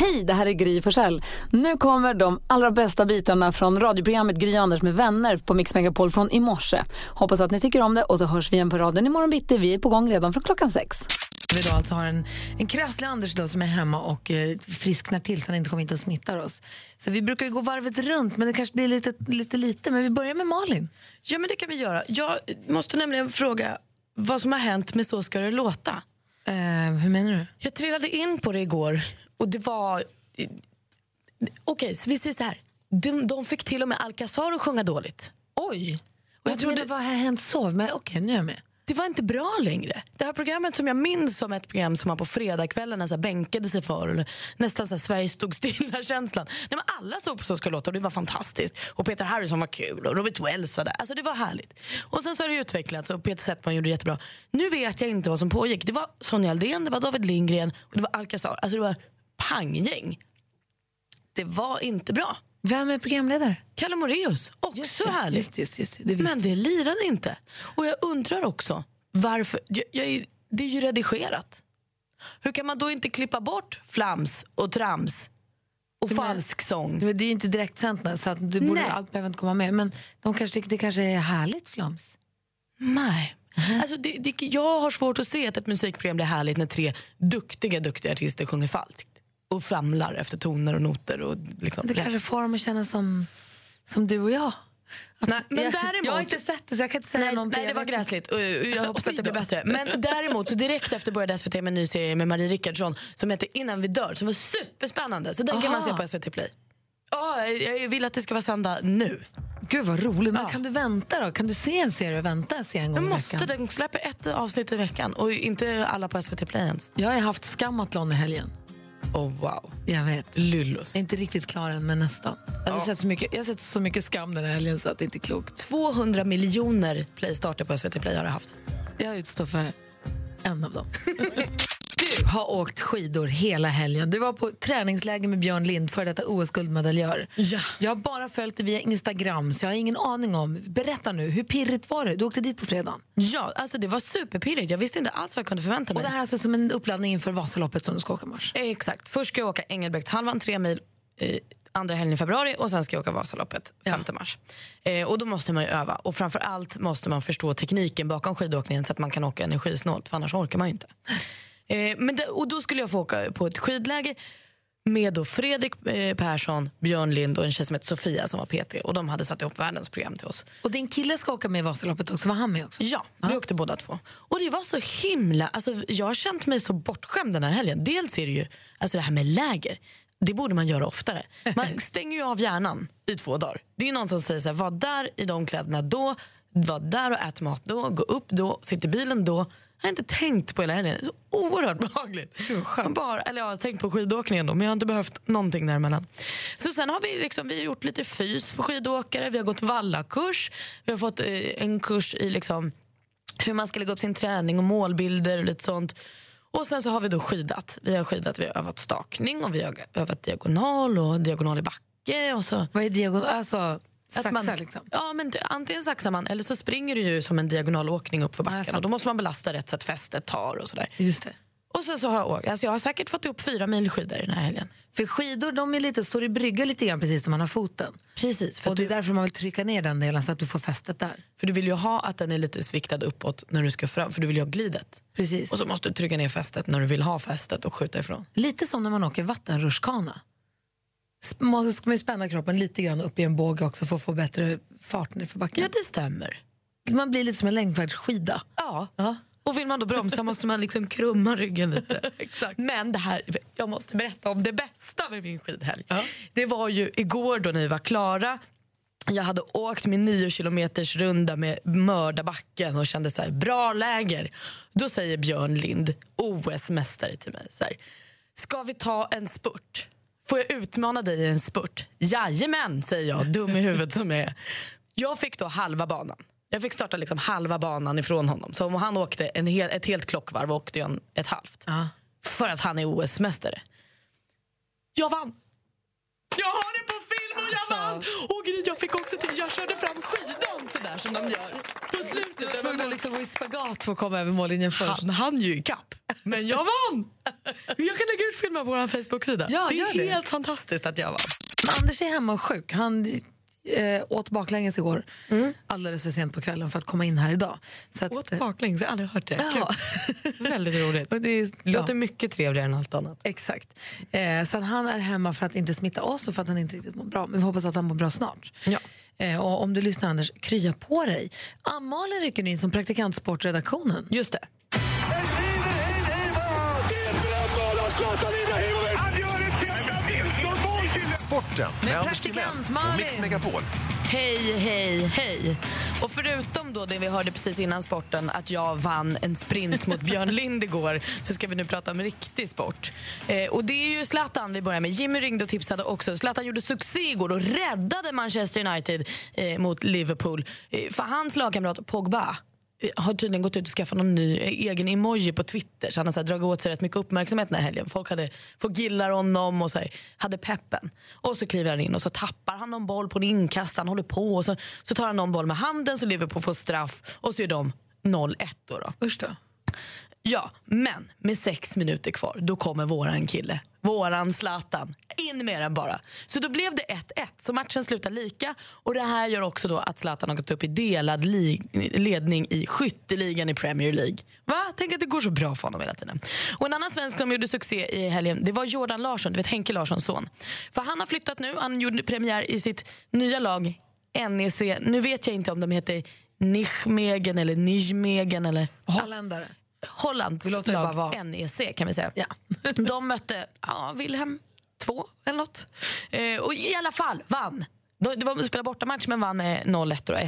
Hej, det här är Gry Forssell. Nu kommer de allra bästa bitarna från radioprogrammet Gry Anders med vänner på Mix Megapol från i morse. Hoppas att ni tycker om det och så hörs vi igen på raden imorgon bitti. Vi är på gång redan från klockan sex. Vi då alltså har en, en krasslig Anders då som är hemma och eh, frisknar till så han inte kommer hit och smittar oss. Så vi brukar ju gå varvet runt, men det kanske blir lite lite. lite men vi börjar med Malin. Ja, men det kan vi göra. Jag måste nämligen fråga vad som har hänt med Så ska det låta. Eh, hur menar du? Jag trillade in på det igår och det var... Okej, så vi säger så här. De, de fick till och med Alcazar att sjunga dåligt. Oj! Och jag trodde, vad har hänt så? Men okej, nu är jag med. det var inte bra längre. Det här programmet som jag minns som ett program som man på fredagskvällarna så här bänkade sig för. Eller nästan så här Sverige stod stilla-känslan. Nej, men alla såg på Så ska det låta och det var fantastiskt. Och Peter Harrison var kul och Robert Wells var där. Alltså det var härligt. Och sen så har det utvecklats och Peter Settman gjorde det jättebra. Nu vet jag inte vad som pågick. Det var Sonja Aldén, det var David Lindgren och det var Alcazar. Alltså det var panggäng. Det var inte bra. Vem är programledare? Kalle Moreus, också härligt. Just, just, just. Det Men det lirade inte. Och jag undrar också varför. Jag, jag, är- det är ju redigerat. Hur kan man då inte klippa bort flams och trams och falsk sång? Men det är ju inte direkt sant, så att du borde, Nej. allt behöver inte komma med. Men de kanske, det kanske är härligt flams. Nej. Mhm. Alltså det, det, jag har svårt att se att ett musikprogram blir härligt när tre duktiga, duktiga artister sjunger falskt och famlar efter toner och noter. Och liksom. Det kanske får dem att känna som, som du och jag. Att- Nej, men jag, däremot- jag har inte sett det, så jag kan inte säga Nej, någonting. nej, det Jag var vet inte. gräsligt. Och, och jag hoppas Oj att det blir då. bättre. Men däremot, så direkt efter började SVT med en ny serie med Marie Rickardsson som heter Innan vi dör, som var superspännande. Så den kan man se Aha. på SVT Play. Ja, jag vill att det ska vara söndag nu. Gud vad roligt. Men kan du vänta då? Kan du se en serie och vänta se en gång Jag i måste, veckan? den släpper ett avsnitt i veckan och inte alla på SVT Play ens. Jag har haft skammatlon i helgen. Oh, wow. Jag vet. Jag Lyllos. är inte riktigt klar än, men nästan. Alltså, jag, har sett så mycket, jag har sett så mycket skam den här helgen så att det inte är klokt. 200 miljoner playstarter på SVT Play har det haft. Jag utstår för en av dem. du har åkt skidor hela helgen. Du var på träningsläger med Björn Lind, före detta OS-guldmedaljör. Ja. Jag har bara följt det via Instagram, så jag har ingen aning om... Berätta nu, hur pirrigt var det? Du åkte dit på fredagen. Ja, alltså det var superpirrigt. Jag visste inte alls vad jag kunde förvänta mig. Och det här är alltså som en uppladdning inför Vasaloppet som du ska åka i mars. Eh, Exakt. Först ska jag åka Engelbrektshalvan, tre mil, eh, andra helgen i februari och sen ska jag åka Vasaloppet, 5 mars. Eh, och då måste man ju öva. Och framför allt måste man förstå tekniken bakom skidåkningen så att man kan åka energisnålt, för annars orkar man ju inte. Eh, men det, och då skulle jag få åka på ett skidläger med då Fredrik eh, Persson, Björn Lind och en tjej som heter Sofia som var PT. Och de hade satt ihop världens program till oss. Och din kille ska åka med i Vasaloppet också, var han med också? Ja, vi åkte båda två. Och det var så himla... Alltså, jag har känt mig så bortskämd den här helgen. Dels är det ju alltså det här med läger. Det borde man göra oftare. Man stänger ju av hjärnan i två dagar. Det är ju någon som säger så här, var där i de kläderna då, var där och ät mat då, gå upp då, sitt i bilen då. Jag har inte tänkt på hela helgen. Det är så oerhört behagligt. Man Bara, eller jag har tänkt på skidåkningen då, men jag har inte behövt någonting däremellan. Så sen har vi, liksom, vi har gjort lite fys för skidåkare, vi har gått vallakurs, vi har fått eh, en kurs i liksom, hur man ska lägga upp sin träning och målbilder och lite sånt. Och sen så har vi då skidat. Vi har skidat, vi har övat stakning och vi har övat diagonal och diagonal i backe och så. Vad är diagonal? Alltså, saxar man, liksom? Ja, men det- antingen saxar man eller så springer du ju som en diagonalåkning upp jag för backen fattar. och då måste man belasta rätt så att fästet tar och sådär. Just det. Och sen så har jag åkt, alltså jag har säkert fått upp fyra mil skidor den här helgen. För skidor de är lite, står i brygga lite grann precis när man har foten. Precis, för, och det är därför man vill trycka ner den delen så att du får fästet där. för du vill ju ha att den är lite sviktad uppåt när du ska fram, för du vill ju ha glidet. Precis. Och så måste du trycka ner fästet när du vill ha fästet och skjuta ifrån. Lite som när man åker vattenrutschkana. Sp- Man ska man ju spänna kroppen lite grann upp i en båge också för att få bättre fart nerför backen. Ja, det stämmer. Man blir lite som en längdfärdsskida. Ja. Och vill man då bromsa måste man liksom krumma ryggen lite. Men det här, jag måste berätta om det bästa med min skidhelg. Det var ju igår då ni var klara. Jag hade åkt min 9 kilometers runda med mördarbacken och kände så här, bra läger. Då säger Björn Lind, OS-mästare till mig så här, ska vi ta en spurt? Får jag utmana dig i en spurt? Jajamän, säger jag, dum i huvudet som jag är. Jag fick då halva banan. Jag fick starta liksom halva banan ifrån honom. Så om han åkte en hel, ett helt klockvarv åkte jag en, ett halvt. Ja. För att han är OS-mästare. Jag vann! Jag har det på film och jag vann! Alltså. Och Gry, jag fick också till, jag körde fram skidan sådär som de gör. På Du var slutet. tvungen att liksom gå i spagat för att komma över mållinjen först. Han hann ju ikapp, men jag vann! Jag kan lägga ut filmen på vår Facebook-sida. Ja, det gör är det. helt fantastiskt att jag vann. Men Anders är hemma och sjuk. Han eh, åt baklänges igår alldeles för sent på kvällen för att komma in här idag. Så att, Mm. eh, Åt baklänges, jag har aldrig hört det. Ja. Kul. Väldigt roligt. Och det är- Låter ja. mycket trevligare än allt annat. Exakt. Eh, så att han är hemma för att inte smitta oss och för att han inte riktigt mår bra. Men vi hoppas att han mår bra snart. Ja. Eh, och om du lyssnar Anders, krya på dig. Ah, Malin rycker nu in som praktikant sportredaktionen. Just det. Sporten Med med Anders Timell praktikant och Mix Malin. Megapol. Hej, hej, hej. Och förutom då det vi hörde precis innan sporten att jag vann en sprint mot Björn Lind igår så ska vi nu prata om riktig sport. Eh, och det är ju Zlatan vi börjar med. Jimmy ringde och tipsade också. Zlatan gjorde succé igår och räddade Manchester United eh, mot Liverpool. Eh, för hans lagkamrat Pogba eh, har tydligen gått ut och skaffat någon ny eh, egen emoji på Twitter så han har så här dragit åt sig rätt mycket uppmärksamhet den här helgen. Folk, hade, folk gillar honom och så här, hade peppen. Och så kliver han in och så tappar han någon boll på en inkast, han håller på och så, så tar han någon boll med handen så Liverpool får straff och så gör de 0-1 då. då. Usch då. Ja, men med sex minuter kvar, då kommer våran kille. Våran Zlatan. In med den bara. Så då blev det 1-1, så matchen slutar lika. Och Det här gör också då att Zlatan har gått upp i delad lig- ledning i skytteligan i Premier League. Va? Tänk att det går så bra för honom hela tiden. Och En annan svensk som gjorde succé i helgen det var Jordan Larsson, du vet Henke Larssons son. För Han har flyttat nu, han gjorde premiär i sitt nya lag NEC. Nu vet jag inte om de heter Nijmegen eller Nijmegen eller... Holländare. Hollands Vi låter det bara lag vara. NEC kan vi säga. De mötte ja, Wilhelm 2 eller något. Eh, och i alla fall vann. De- Det var de spelade bortamatch men vann med 0-1 och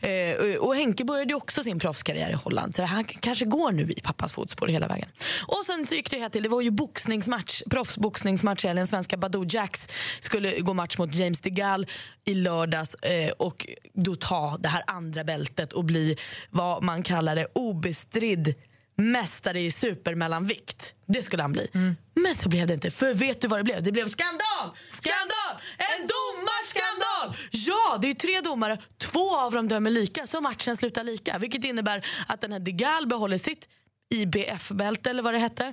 1-0. Eh, och- och Henke började ju också sin proffskarriär i Holland så han k- kanske går nu i pappas fotspår hela vägen. Och sen så gick det här till, det var ju boxningsmatch, proffsboxningsmatch i helgen. Svenska Badou Jacks skulle gå match mot James de Gall i lördags eh, och då ta det här andra bältet och bli vad man kallar det obestridd mästare i supermellanvikt. Det skulle han bli. Men så blev det inte. För vet du vad det blev? Det blev skandal! Skandal! En domarskandal! Ja, det är tre domare. Två av dem dömer lika, så matchen slutar lika. Vilket innebär att den här De Gall behåller sitt IBF-bälte, eller vad det hette.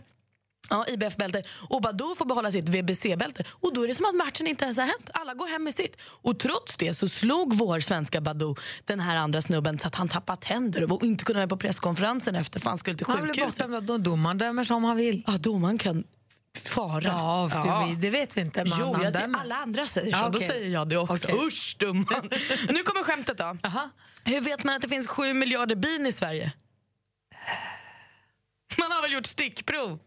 Ja, IBF-bälte. Och Badou får behålla sitt VBC-bälte. Och då är det som att matchen inte ens har hänt. Alla går hem med sitt. Och trots det så slog vår svenska Badou den här andra snubben så att han tappade tänder och inte kunde vara med på presskonferensen efter för han skulle till Han blev sjukhuset. bortdömd av domaren, dömer som han vill. Ja, domaren kan fara. Ja, för Ja. Vi, det vet vi inte. Men Jo, han jag, det- dömer. alla andra säger så. Ja, Då okej. säger jag det också. Okej. Usch, dumman. nu kommer skämtet då. Hur vet man att det finns sju miljarder bin i Sverige? Man har väl gjort stickprov?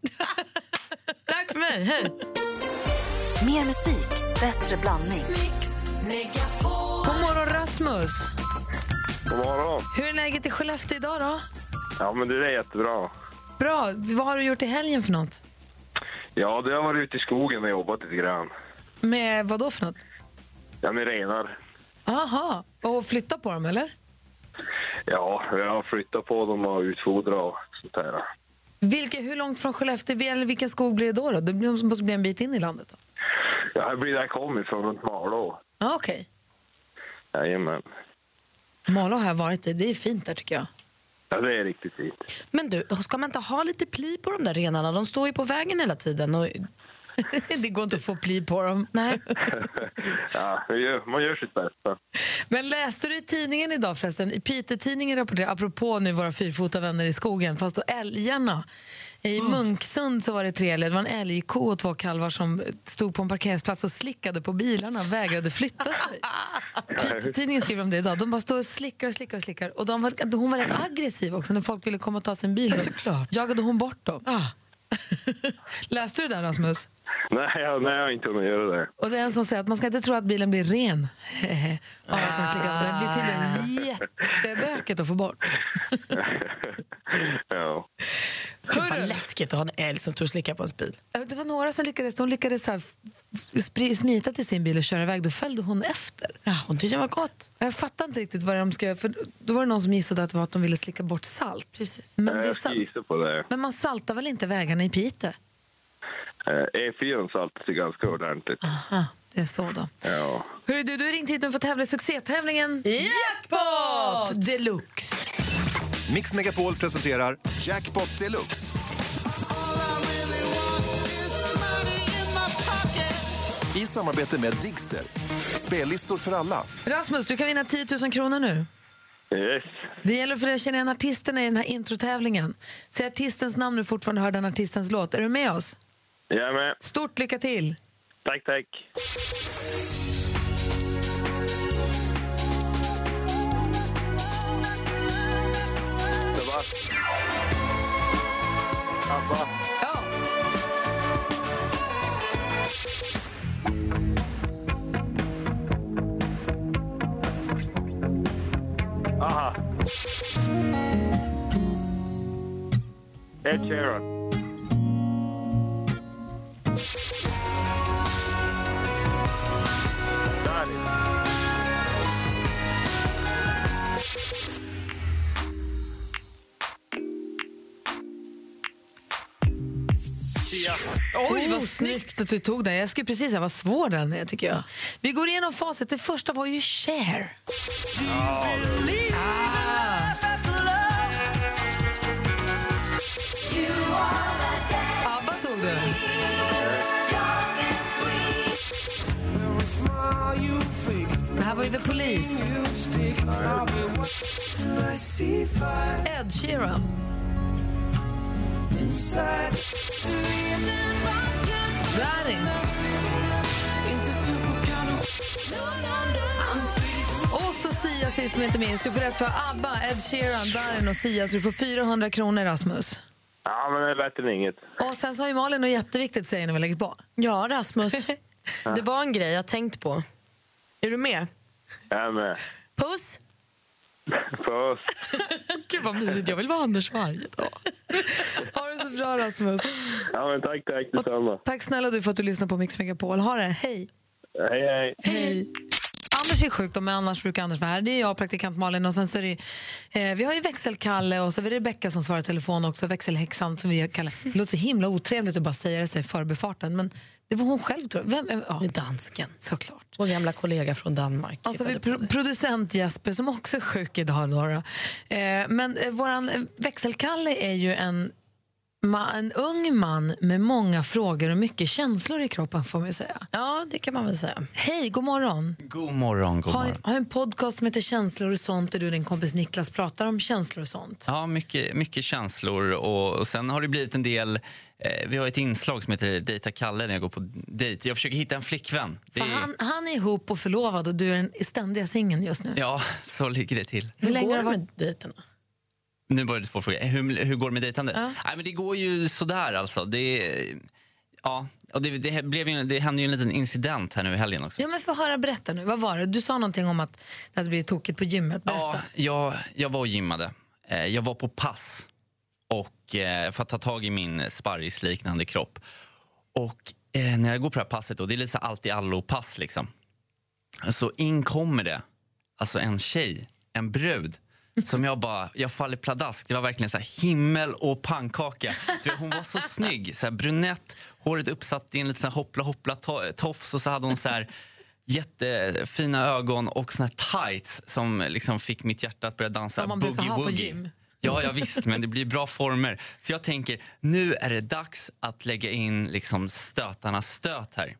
Tack för mig, hej. Mer musik, bättre blandning. God morgon Rasmus! God morgon. Hur är läget i Skellefteå idag då? Ja, men det är jättebra. Bra. Vad har du gjort i helgen för något? Ja, du har varit ute i skogen och jobbat lite grann. Med vad då för något? Ja, med renar. Aha. och flytta på dem eller? Ja, jag har flyttat på dem och utfodrat och sånt där. Vilka, hur långt från Skellefteå, eller vilken skog blir det då? då? Det blir- det måste bli en bit in i landet då? Ja, jag blir där jag kommer ifrån, runt Malå. Ah, Ja, okej. Jajamän. Malå har jag varit i, det är fint där tycker jag. Ja, det är riktigt fint. Men du, ska man inte ha lite pli på de där renarna? De står ju på vägen hela tiden. Och... det går inte att få pli på dem. Nej. Ja, man gör, man gör sitt bästa. Men läste du i tidningen idag förresten? I Piteå-tidningen rapporterar, apropå nu våra fyrfota vänner i skogen, fast då älgarna. I Munksund så var det tre älgar. Det var en älgko och två kalvar som stod på en parkeringsplats och slickade på bilarna och vägrade flytta sig. Piteå-tidningen skriver om det idag. De bara står och slickar och slickar och slickar. Och de var, hon var rätt aggressiv också när folk ville komma och ta sin bil. såklart. Jagade hon bort dem. Ah. Läste du det där, Rasmus? Nej, jag, nej, jag har inte hunnit göra det. Och det är en som säger att man ska inte tro att bilen blir ren. Av att de Ah. slickar. Det blir tydligen jättebökigt att få bort. ja. Vad läskigt att ha en älg som står och slickar på ens bil. Det var några som lyckades, de lyckades så här, f- f- spri- smita till sin bil och köra iväg. Då följde hon efter. Ja, hon tyckte det var gott. Jag fattar inte riktigt vad de ska göra. För då var det någon som gissade att det var att de ville slicka bort salt. Precis. Men, Äh, det är Jag sal- ska gissa på det. men man saltar väl inte vägarna i Piteå? Eh, E4 saltas ju ganska ordentligt. Ah, det är så då. Ja. Hur är du, du har ringt hit nu för att tävla i succétävlingen Jackpot! Deluxe. Mix Megapol presenterar Jackpot Deluxe. I samarbete med Digster. Spellistor för alla. Rasmus, du kan vinna 10 000 kronor nu. Yes. Det gäller för dig att känna igen artisterna i den här introtävlingen. Säg artistens namn när du fortfarande hör den artistens låt. Är du med oss? Jag är med. Stort lycka till! Tack, tack. Det var... Abba. Ja. Aha. Ed Sheeran. Daddy. Oj, vad snyggt att du tog den. Jag skulle precis säga vad svår den är, tycker jag. Vi går igenom facit. Det första var ju Cher. Ah. Abba tog du. Det här var ju The Police. Ed Sheeran. Daddy. Och så Sia sist men inte minst. Du får rätt för ABBA, Ed Sheeran, Darin och Sia. Så du får 400 kronor, Rasmus. Ja, men det är bättre än inget. Och sen så har ju Malin något jätteviktigt att säga när vi lägger på. Ja, Rasmus. det var en grej jag tänkt på. Är du med? Jag är med. Puss! Puss. Gud vad mysigt, jag vill vara Anders varje dag. Ha det så bra, Rasmus. Ja, men tack, tack detsamma. Tack snälla du för att du lyssnar på Mix Megapol. Ha det, hej. Hej, hej. Hej. Anders är sjuk, då, men annars brukar Anders vara här. Det är jag, praktikant Malin. Och sen så är det, eh, vi har ju växelkalle och så är det Rebecka som svarar i telefon också. Växelhäxan som vi kallar. Det låter så himla otrevligt att bara säga det så i förbifarten. Men det var hon själv tror jag. Vem, är- ja, Med dansken. såklart. Vår gamla kollega från Danmark. Och så har Alltså, vi hittade på pro- det. producent Jesper som också är sjuk idag. Laura. Eh, men eh, våran eh, växelkalle är ju en, ma- en ung man med många frågor och mycket känslor i kroppen får man ju säga. Ja, det kan man väl säga. Hej, god morgon. God morgon, god Har, morgon. har en podcast som heter Känslor och sånt där du och din kompis Niklas pratar om känslor och sånt. Ja, mycket, mycket känslor. Och, och Sen har det blivit en del... Eh, vi har ett inslag som heter Dejta Kalle när jag går på dejt. Jag försöker hitta en flickvän. Det För är- han, han är ihop och förlovad och du är den ständiga singeln just nu. Ja, så ligger det till. Hur Hur länge går har det det varit? med dejterna? Nu börjar det två frågor. Hur, hur går det med dejtandet? Nej, men det går ju sådär alltså. Det, ja, och det, det, blev ju, det hände ju en liten incident här nu i helgen också. Ja, men få höra, berätta nu. Vad var det? Du sa någonting om att det hade blivit tokigt på gymmet. Berätta. Ja, jag, jag var och gymmade. Eh, Jag var på pass och, eh, för att ta tag i min sparrisliknande kropp. Och eh, när jag går på det här passet, då, det är lite så här allt i allo-pass liksom. Så Alltså, in kommer det, alltså en tjej, en brud. Som jag bara, jag faller pladask. Det var verkligen så här himmel och pannkaka. Du vet, hon var så snygg, så här brunett, håret uppsatt i en liten så här hoppla hoppla to- tofs och så hade hon så här jättefina ögon och såna här tights som liksom fick mitt hjärta att börja dansa Som man brukar ha på gym. Ja, ja, visst, men det blir bra former. Så jag tänker, nu är det dags att lägga in liksom stötarnas stöt här.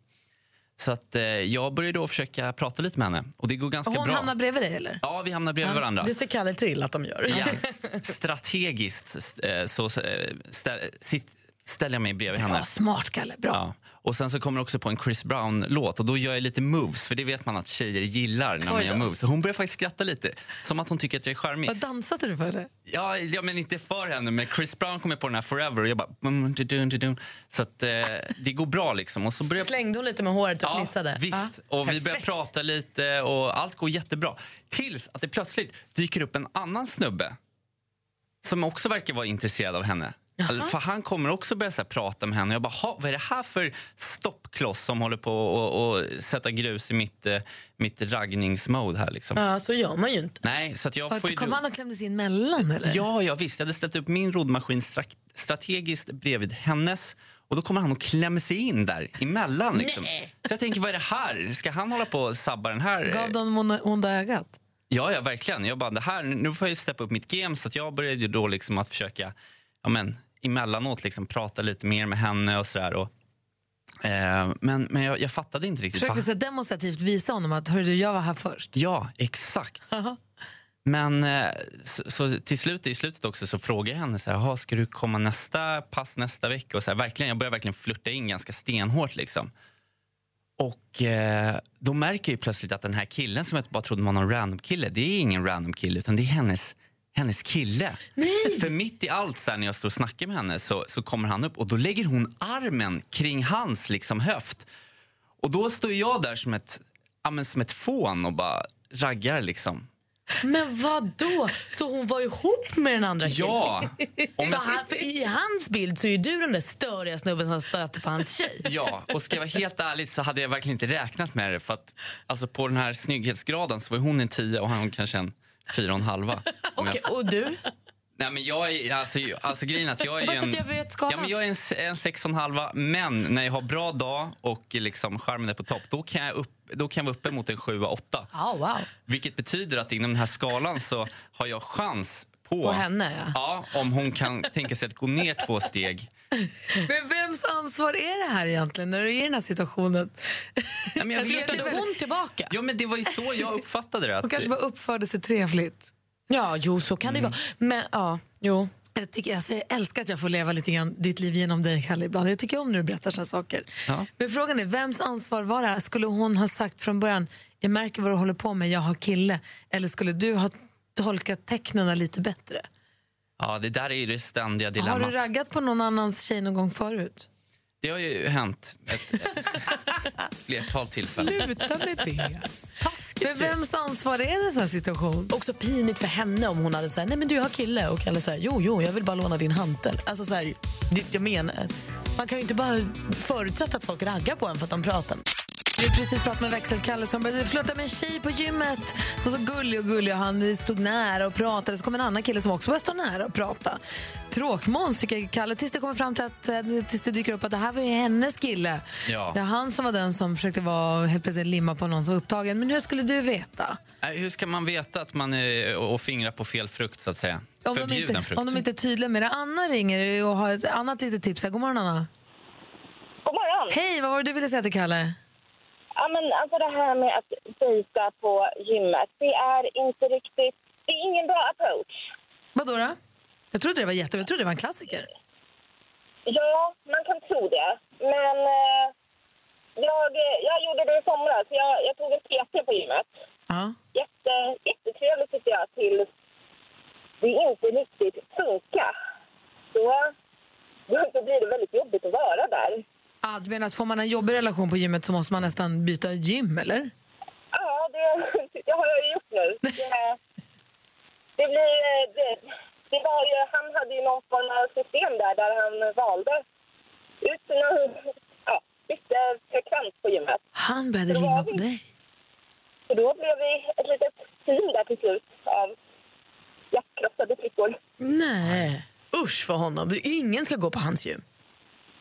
Så att, eh, jag börjar då försöka prata lite med henne och det går ganska Och hon bra. hamnar bredvid dig eller? Ja, vi hamnar bredvid varandra. Det ser Kalle till att de gör. Ja, st- strategiskt st- eh, så eh, stä- sitt- ställer jag mig bredvid henne. Ja, smart Kalle, bra. Ja. Och sen så kommer det också på en Chris Brown-låt och då gör jag lite moves för det vet man att tjejer gillar när man gör moves. Så hon börjar faktiskt skratta lite, som att hon tycker att jag är charmig. Vad dansade du för det? Ja, ja, men inte för henne, men Chris Brown kom jag på den här Forever och jag bara... mm, du-dun, du-dun. Så att eh, det går bra liksom. Och så börjar Slängde hon lite med håret och Ja, fnissade? visst. Ja. Och vi börjar Perfekt. prata lite och allt går jättebra. Tills att det plötsligt dyker upp en annan snubbe som också verkar vara intresserad av henne. Eller- För han kommer också börja så här, prata med henne. Jag bara, "Ha, vad är det här för stoppkloss som håller på och, och sätta grus i mitt, eh, mitt raggningsmode här liksom. Ja, så gör man ju inte. Nej, så att jag får ju... Kom han och klämdes in mellan eller? Ja, ja, visst. Jag hade ställt upp min roddmaskin stra- strategiskt bredvid hennes. Och då kommer han och klämmer sig in där emellan. Liksom. Nej. Så jag tänker, vad är det här? Ska han hålla på och sabba den här? eh, Gav de hon- onda ögat? Ja, ja, verkligen. Jag bara, det här, nu får jag ju steppa upp mitt game. Så att jag började ju då liksom att försöka ja, men, emellanåt liksom, prata lite mer med henne och sådär. Och, eh, men men jag, jag fattade inte riktigt. Försökte vad- så demonstrativt visa honom att hörru du, jag var här först. Ja, exakt. Jaha. Men eh, så, så till slut, i slutet också så frågade jag henne så här, "Jaha, ska du komma nästa pass nästa vecka? Och så här, verkligen, jag började verkligen flirta in ganska stenhårt. Liksom. Och eh, då märker jag ju plötsligt att den här killen som jag bara trodde var någon random kille, det är ingen random kille utan det är hennes, hennes kille. För mitt i allt så här, när jag står och snackar med henne så, så kommer han upp och då lägger hon armen kring hans liksom, höft. Och då står jag där som ett, ja, men som ett fån och bara raggar liksom. Men vad då? Så hon var ihop med den andra killen? Ja! Om Så jag ska, han, för I hans bild så är ju du den där störiga snubben som stöter på hans tjej. ja, och ska jag vara helt ärlig så hade jag verkligen inte räknat med det. För att, alltså på den här snygghetsgraden så var hon en 10 och han kanske en fyra och en halva. Om jag, Okej, och du? nej men jag är, alltså, ju- alltså grejen är att jag är Bara så en... att jag vet skalan. Ja, men jag är en, s- en sex och en halva, men när jag har bra dag och liksom charmen är på topp, då kan jag, upp, då kan jag vara uppe mot en sjua, åtta. Ja, wow. Vilket betyder att inom den här skalan så har jag chans på, På henne, ja. om hon kan tänka sig att gå ner två steg. Men vems ansvar är det här egentligen när du är i den här situationen? Alltså, Nej, men jag vet Flyttade inte. hon tillbaka? Ja, men det var ju så jag uppfattade det. Att, Hon kanske bara uppförde sig trevligt. Mm. Ja, jo, så kan det vara. Men ja, jo. Jag, tycker, alltså, jag älskar att jag får leva lite grann ditt liv genom dig, Kalle, ibland. Jag tycker om när du berättar såna saker. Ja. Men frågan är, vems ansvar var det här? Skulle hon ha sagt från början, jag märker vad du håller på med, jag har kille. Eller skulle du ha tolkat tecknen lite bättre? Ja, det där är ju det ständiga Har dilemmat. du raggat på någon annans tjej någon gång förut? Det har ju hänt ett, ett flertal tillfällen. Sluta med det. typ. Men vems ansvar är det i en sån här situation? Också pinigt för henne om hon hade sagt nej men du jag har kille och Kalle säger jo, jo, jag vill bara låna din hantel. Alltså så här, det, jag menar, man kan ju inte bara förutsätta att folk raggar på en för att de pratar. Vi har precis pratat med växelkalle som började flirta med en tjej på gymmet. Så så gullig och gullig och han stod nära och pratade. Så kom en annan kille som också började stå nära och prata. Tråkmåns tycker Kalle tills det kommer fram till att eh, tills det dyker upp att det här var ju hennes kille. Ja. Det är han som var den som försökte vara helt plötsligt limma på någon som var upptagen. Men hur skulle du veta? Nej, Hur ska man veta att man är och fingrar på fel frukt så att säga? Om de, Förbjuden inte, frukt. om de inte är tydliga med det. Anna ringer och har ett annat litet tips. Här. God morgon Anna. God morgon! Hej, vad var det du ville säga till Kalle? Ja, men alltså det här med att dejta på gymmet, det är inte riktigt... Det är ingen bra approach. Vad då? då? Jag trodde det var jättebra. Jag trodde det var en klassiker. Ja, man kan tro det. Men eh, jag, jag gjorde det i somras. Jag, jag tog en PT på gymmet. Ja. Jätte, jättetrevligt tyckte jag till det inte riktigt funka. Så, då blir det väldigt jobbigt att vara där. Ah, du menar att får man en jobbig relation på gymmet så måste man nästan byta gym, eller? Ja, det, det har jag ju gjort nu. Det, det blir... Det, det var ju, han hade ju någon form av system där, där han valde ut sina... Ja, bytte frekvens på gymmet. Han började limma på dig. Så då blev vi ett litet team där till slut av hjärtkrossade flickor. Nej. Usch för honom. Ingen ska gå på hans gym.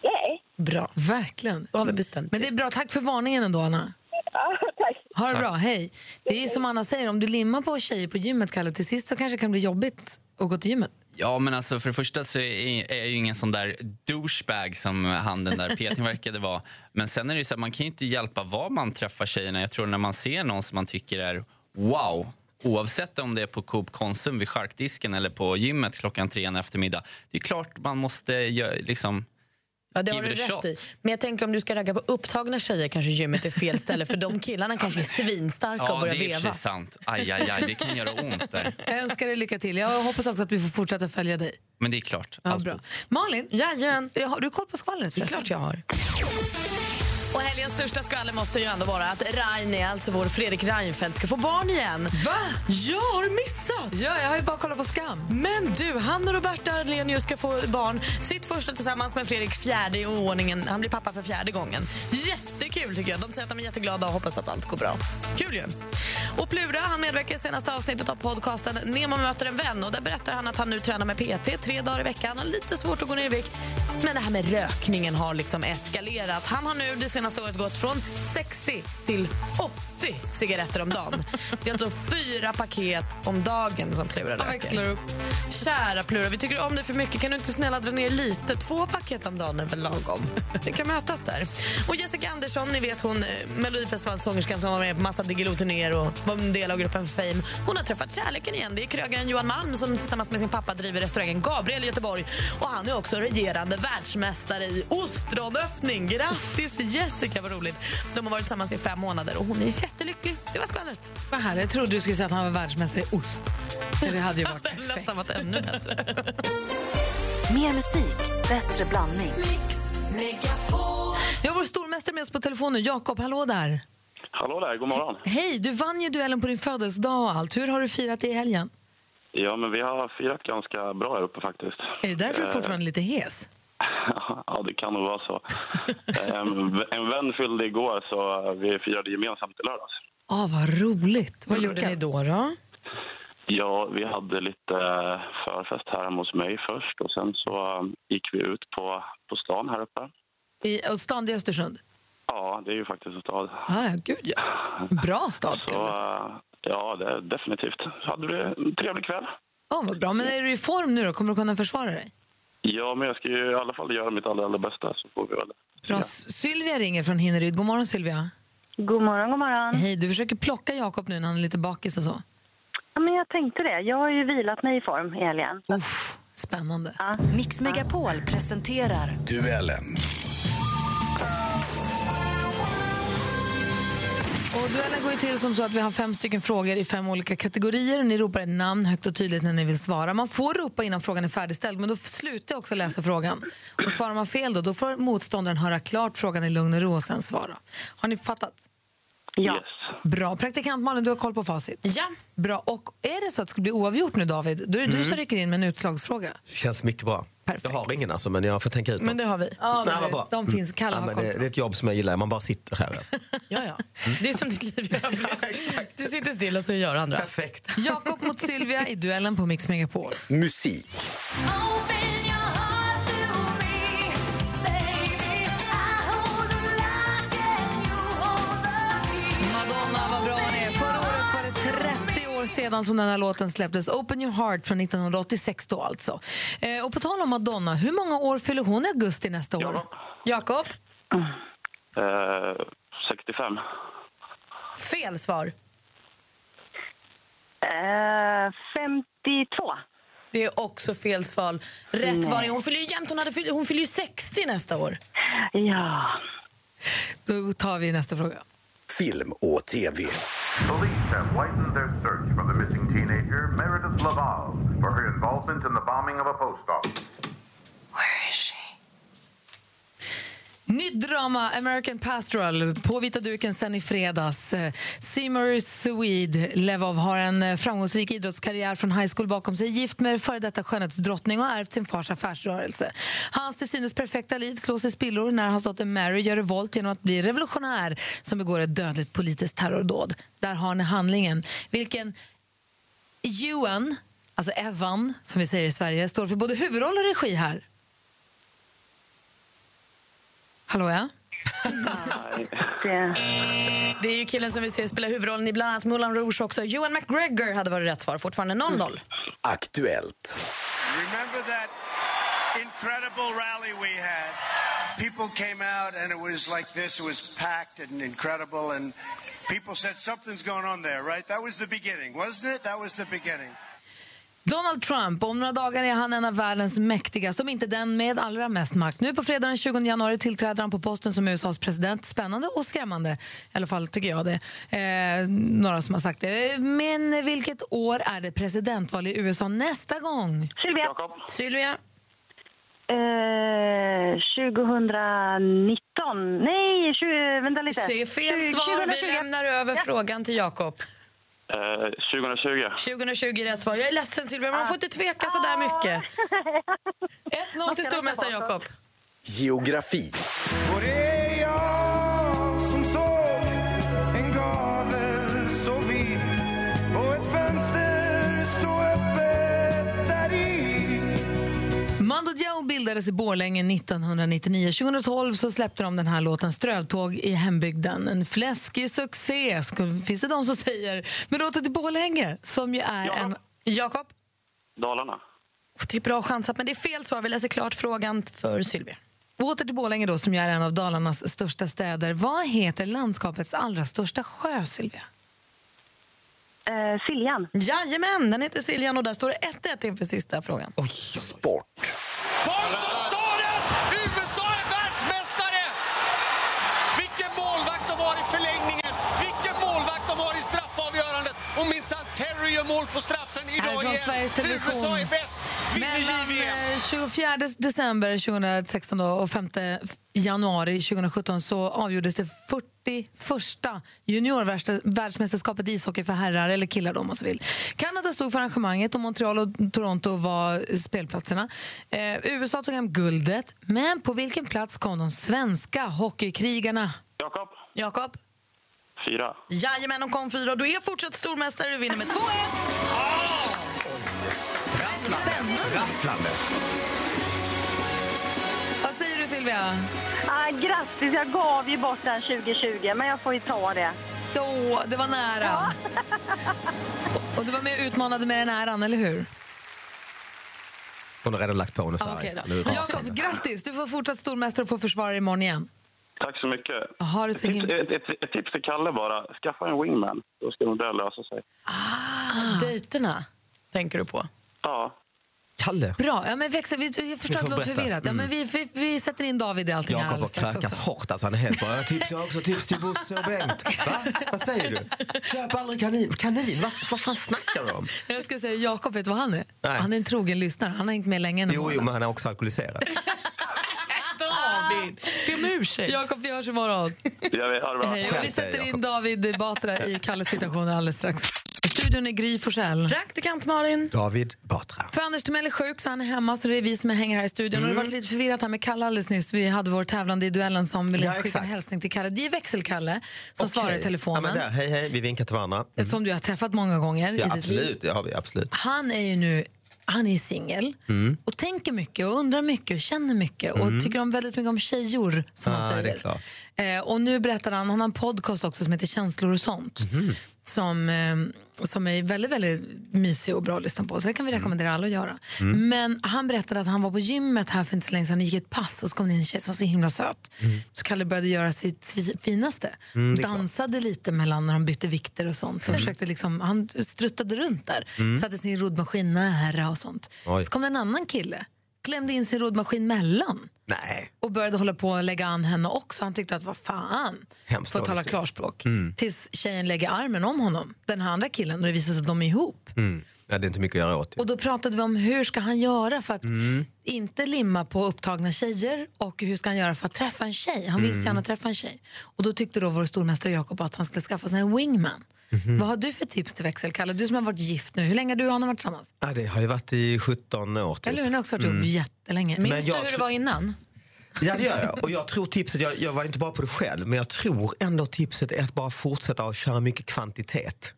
Nej. Bra. Verkligen. Då har vi bestämt Men det är bra. Tack för varningen ändå, Anna. Ja, tack. Ha det bra. Hej. Det är ju som Anna säger, om du limmar på tjejer på gymmet, Kalle, till sist så kanske det kan bli jobbigt att gå till gymmet. Ja, men alltså för det första så är är jag ju ingen sån där douchebag som han den där Petin verkade vara. Men sen är det ju så att man kan ju inte hjälpa var man träffar tjejerna. Jag tror när man ser någon som man tycker är wow, oavsett om det är på Coop Konsum vid charkdisken eller på gymmet klockan tre en eftermiddag. Det är klart man måste gö- liksom... Ja, det har Give du it a rätt shot. i. Men jag tänker om du ska ragga på upptagna tjejer kanske gymmet är fel ställe för de killarna kanske är svinstarka och Ja, det börjar är i och för sig veva. sant. Aj, aj, aj, det kan göra ont där. Jag önskar dig lycka till. Jag hoppas också att vi får fortsätta följa dig. Men det är klart. Ja, Allt bra. gott. Malin, Jajamän. har du koll på skvallret? Det är klart jag har. Och helgens största skvaller måste ju ändå vara att Raine, alltså vår Fredrik Reinfeldt, ska få barn igen. Va? Ja, har du missat? Ja, jag har ju bara kollat på Skam. Men du, han och Roberta Ahlenius ska få barn. Sitt första tillsammans med Fredrik, fjärde i ordningen. Han blir pappa för fjärde gången. Jättekul tycker jag. De säger att de är jätteglada och hoppas att allt går bra. Kul ju. Och Plura, han medverkar i senaste avsnittet av podcasten Nemo möter en vän. Och där berättar han att han nu tränar med PT tre dagar i veckan. Han har lite svårt att gå ner i vikt. Men det här med rökningen har liksom eskalerat. Han har nu det senaste året gått från 60 till 80 cigaretter om dagen. Det är alltså fyra paket om dagen som Plura Han växlar röker. Kära Plura, vi tycker om dig för mycket. Kan du inte snälla dra ner lite? Två paket om dagen är väl lagom? Vi kan mötas där. Och Jessica Andersson, ni vet hon eh, Melodifestivalsångerskan som var med på massa Diggiloo-turnéer och var en del av gruppen Fame. Hon har träffat kärleken igen. Det är krögaren Johan Malm som tillsammans med sin pappa driver restaurangen Gabriel i Göteborg. Och han är också regerande världsmästare i ostronöppning. Grattis till Jessica, vad roligt. De har varit tillsammans i fem månader och hon är jättelycklig. Det var skvallret. Vad härligt. Jag trodde du skulle säga att han var världsmästare i ost. Det hade ju varit perfekt. Nästan varit ännu bättre. Mer musik, bättre blandning. Jag har vår stormästare med oss på telefon nu. Jakob, hallå där. Hallå där, god morgon. Hej, du vann ju duellen på din födelsedag och allt. Hur har du firat det i helgen? Ja, men vi har firat ganska bra här uppe faktiskt. Är det därför du Eh, fortfarande är lite hes? ja, det kan nog vara så. en, en vän fyllde igår, så vi firade gemensamt i lördags. Ah, vad roligt. Vad gjorde ni då? då? Ja, vi hade lite eh, förfest här hemma hos mig först och sen så ehm, gick vi ut på, på stan här uppe. I och stan i Östersund? Ja, det är ju faktiskt en stad. Ah, ja, gud ja. Bra stad ska Så, eh, jag säga. ja, det, definitivt. Hade vi en trevlig kväll? Oh, vad bra. Men är du i form nu då? Kommer du kunna försvara dig? Ja, men jag ska ju i alla fall göra mitt allra, allra bästa så får vi väl Bra. Sylvia ringer från Hinneryd. God morgon Sylvia. God morgon, god morgon. Hej, du försöker plocka Jakob nu när han är lite bakis och så. Ja, men jag tänkte det. Jag har ju vilat mig i form i helgen. Uff, spännande. Mix Megapol presenterar Duellen. Och duellen går ju till som så att vi har fem stycken frågor i fem olika kategorier. Och ni ropar ett namn högt och tydligt när ni vill svara. Man får ropa innan frågan är färdigställd, men då slutar jag också läsa frågan. Och svarar man fel då, då får motståndaren höra klart frågan i lugn och ro och sen svara. Har ni fattat? Ja. Bra. Praktikant Malin, du har koll på facit? Ja. Bra. Och är det så att det skulle bli oavgjort nu, David, då är det du Mm. som rycker in med en utslagsfråga. Känns mycket bra. Jag har ingen alltså, men jag får tänka ut något. Men det har vi. Ja, Nej, men vad bra. de Mm. finns. Kalle ja, har men koll det, det är ett jobb som jag gillar, man bara sitter här. Alltså. Ja, ja. Det är som ditt liv i övrigt. Du sitter still och så gör andra. Perfekt. Jakob mot Sylvia i duellen på Mix Megapol. Musik. Madonna, vad bra hon är. Förra året var det 30 år sedan som den här låten släpptes. Open your heart från 1986 då alltså. Eh, och på tal om Madonna, hur många år fyller hon i augusti nästa år? Jakob? Eh, 65. Fel svar. Eh, 52. Det är också fel svar. Rätt var det. Hon fyller ju jämt. Hon, hade fyll, hon fyller ju 60 nästa år. Ja. Då tar vi nästa fråga. Film och tv. Police have widened their search for the missing teenager, Meredith Laval, for her involvement in the bombing of a post office. Nytt drama, American Pastoral, på vita duken sen i fredags. Eh, Seymour Swede Levov har en eh, framgångsrik idrottskarriär från high school bakom sig, gift med före detta skönhetsdrottning och har ärvt sin fars affärsrörelse. Hans till synes perfekta liv slås i spillror när hans dotter Mary gör revolt genom att bli revolutionär som begår ett dödligt politiskt terrordåd. Där har ni handlingen. Vilken Ewan, alltså Evan, som vi säger i Sverige, står för både huvudroll och regi här. Hallå ja? Det... Det är ju killen som vi ser spela huvudrollen i bland annat Moulin Rouge också. Johan McGregor hade varit rätt svar. Fortfarande 0-0. Aktuellt. Remember that incredible rally we had? People came out and it was like this. It was packed and incredible. And people said, something's going on there, right? That was the beginning, wasn't it? That was the beginning. Donald Trump, om några dagar är han en av världens mäktigaste, om inte den med allra mest makt. Nu på fredag den 20 januari tillträder han på posten som USAs president. Spännande och skrämmande, i alla fall tycker jag det. Eh, några som har sagt det. Men vilket år är det presidentval i USA nästa gång? Sylvia. Sylvia. Eh, 2019. Nej, 20, vänta lite. Säg fel svar. Vi lämnar över frågan till Jakob. Eh, 2020. 2020 är rätt svar. Jag är ledsen Silvia, men man får inte tveka så där mycket. 1-0 till stormästaren Jakob. Geografi. Mando Diao bildades i Borlänge 1999. 2012 så släppte de den här låten Strövtåg i hembygden. En fläskig succé, sku- finns det de som säger. Men låten till Borlänge, som ju är en... Jakob, Dalarna. Det är bra chansat, men det är fel svar. Vi läser klart frågan för Sylvia. åter till Borlänge då, som ju är en av Dalarnas största städer. Vad heter landskapets allra största sjö, Sylvia? Eh, Siljan. Jajamän, den heter Siljan och där står det 1-1 inför sista frågan. Sport. USA är världsmästare! Vilken målvakt de har i förlängningen! Vilken målvakt de har i straffavgörandet! Och minsann, Terry gör mål på straffen idag Härifrån igen! Sveriges Television. USA är bäst! Vinner JVM! Mellan eh, 24 december 2016 då och 5 januari 2017 så avgjordes det 41 juniorvärldsmästerskapet i ishockey för herrar eller killar då, om man så vill. Kanada stod för arrangemanget och Montreal och Toronto var spelplatserna. Eh, USA tog hem guldet, men på vilken plats kom de svenska hockeykrigarna? Jakob. Jakob? Fyra. Jajamän, de kom fyra och du är fortsatt stormästare. Du vinner med 2-1. Rafflande. Vad säger du, Silvia? Ah, grattis, jag gav ju bort den 2020, men jag får ju ta det. Då, det var nära. Och- Och du var med och utmanade med den äran, eller hur? Hon har redan lagt på, hon är så Ah, arg. okej då. Nu rasar hon. Jakob, grattis! Du får fortsatt stormästare och får försvara dig imorgon igen. Tack så mycket. Aha, det är så ett, tips, ett, ett, ett tips till Kalle bara. Skaffa en wingman. Då ska nog det lösa sig. Ah. Dejterna tänker du på. Ja. Kalle. Bra. Ja, men växel, vi, jag förstår Vi att får det låter bättre. förvirrat. Ja, men vi, vi, vi sätter in David i allting här Jakob har alldeles strax krökat också. hårt. Alltså han är helt bara, jag tipsar också tips till Bosse och Bengt. Va? Vad säger du? Köp aldrig kanin. Kanin? Va? Vad fan snackar du om? Jag ska säga, Jakob, vet du vad han är? Nej. Han är en trogen lyssnare. Han har hängt med längre än Jo, jo, men han är också alkoholiserad. David! Be om ursäkt. Jakob, vi hörs imorgon. Jag vet, ha det bra. Hej, och vi sätter in David Batra i Kalles situation alldeles strax. Studion är Gry Forssell. Praktikant Malin. David Batra. För Anders Timell är sjuk så han är hemma så det är vi som är hänger här i studion. Och det har varit lite förvirrat här med Kalle alldeles nyss. Vi hade vår tävlande i duellen som ville Ja, skicka en exakt. hälsning till Kalle. Det är växelkalle som svarar i Okej. Ja, telefonen. men där. Hej, hej. Vi vinkar till varandra. Mm. Som du har träffat många gånger Ja, i ditt liv. absolut. Det har vi. Absolut. Han är ju nu han är singel Mm. och tänker mycket och undrar mycket och känner mycket och Mm. tycker om väldigt mycket om tjejor som han Ah, säger. det är klart. Eh, och nu berättar han, han har en podcast också som heter Känslor och sånt. Mhm. Som, eh, som är väldigt, väldigt mysig och bra att lyssna på. Så det kan vi rekommendera alla att göra. Mm. Men han berättade att han var på gymmet här för inte så länge sedan och gick ett pass och så kom det in en tjej som var så himla söt. Så Kalle började göra sitt fi- finaste. Mm, det är klart. Dansade lite mellan när de bytte vikter och sånt. Och försökte liksom, han struttade runt där. Mm. Satte sin roddmaskin nära och sånt. Oj. Så kom en annan kille. Klämde in sin roddmaskin mellan. Nej. Och började hålla på att lägga an henne också. Han tyckte att vad fan. Hemskt Får tala dåligt. klarspråk. Mm. Tills tjejen lägger armen om honom. Den här andra killen. Och det visar sig att de är ihop. Mm. Ja, det är inte mycket att göra åt. Och då pratade vi om hur ska han göra för att Mm. inte limma på upptagna tjejer och hur ska han göra för att träffa en tjej. Han vill så Mm. gärna träffa en tjej. Och då tyckte då vår stormästare Jakob att han skulle skaffa sig en wingman. Mhm. Vad har du för tips till växelkalle? Du som har varit gift nu, hur länge har du och han varit tillsammans? Ja, det har ju varit i 17 år. Typ. Eller hur? Ni har också varit ihop Mm. jättelänge. Men Minns du jag hur det tr- var innan? Ja, det gör jag. Och jag tror tipset, jag, jag var inte bara på det själv, men jag tror ändå tipset är att bara fortsätta att köra mycket kvantitet.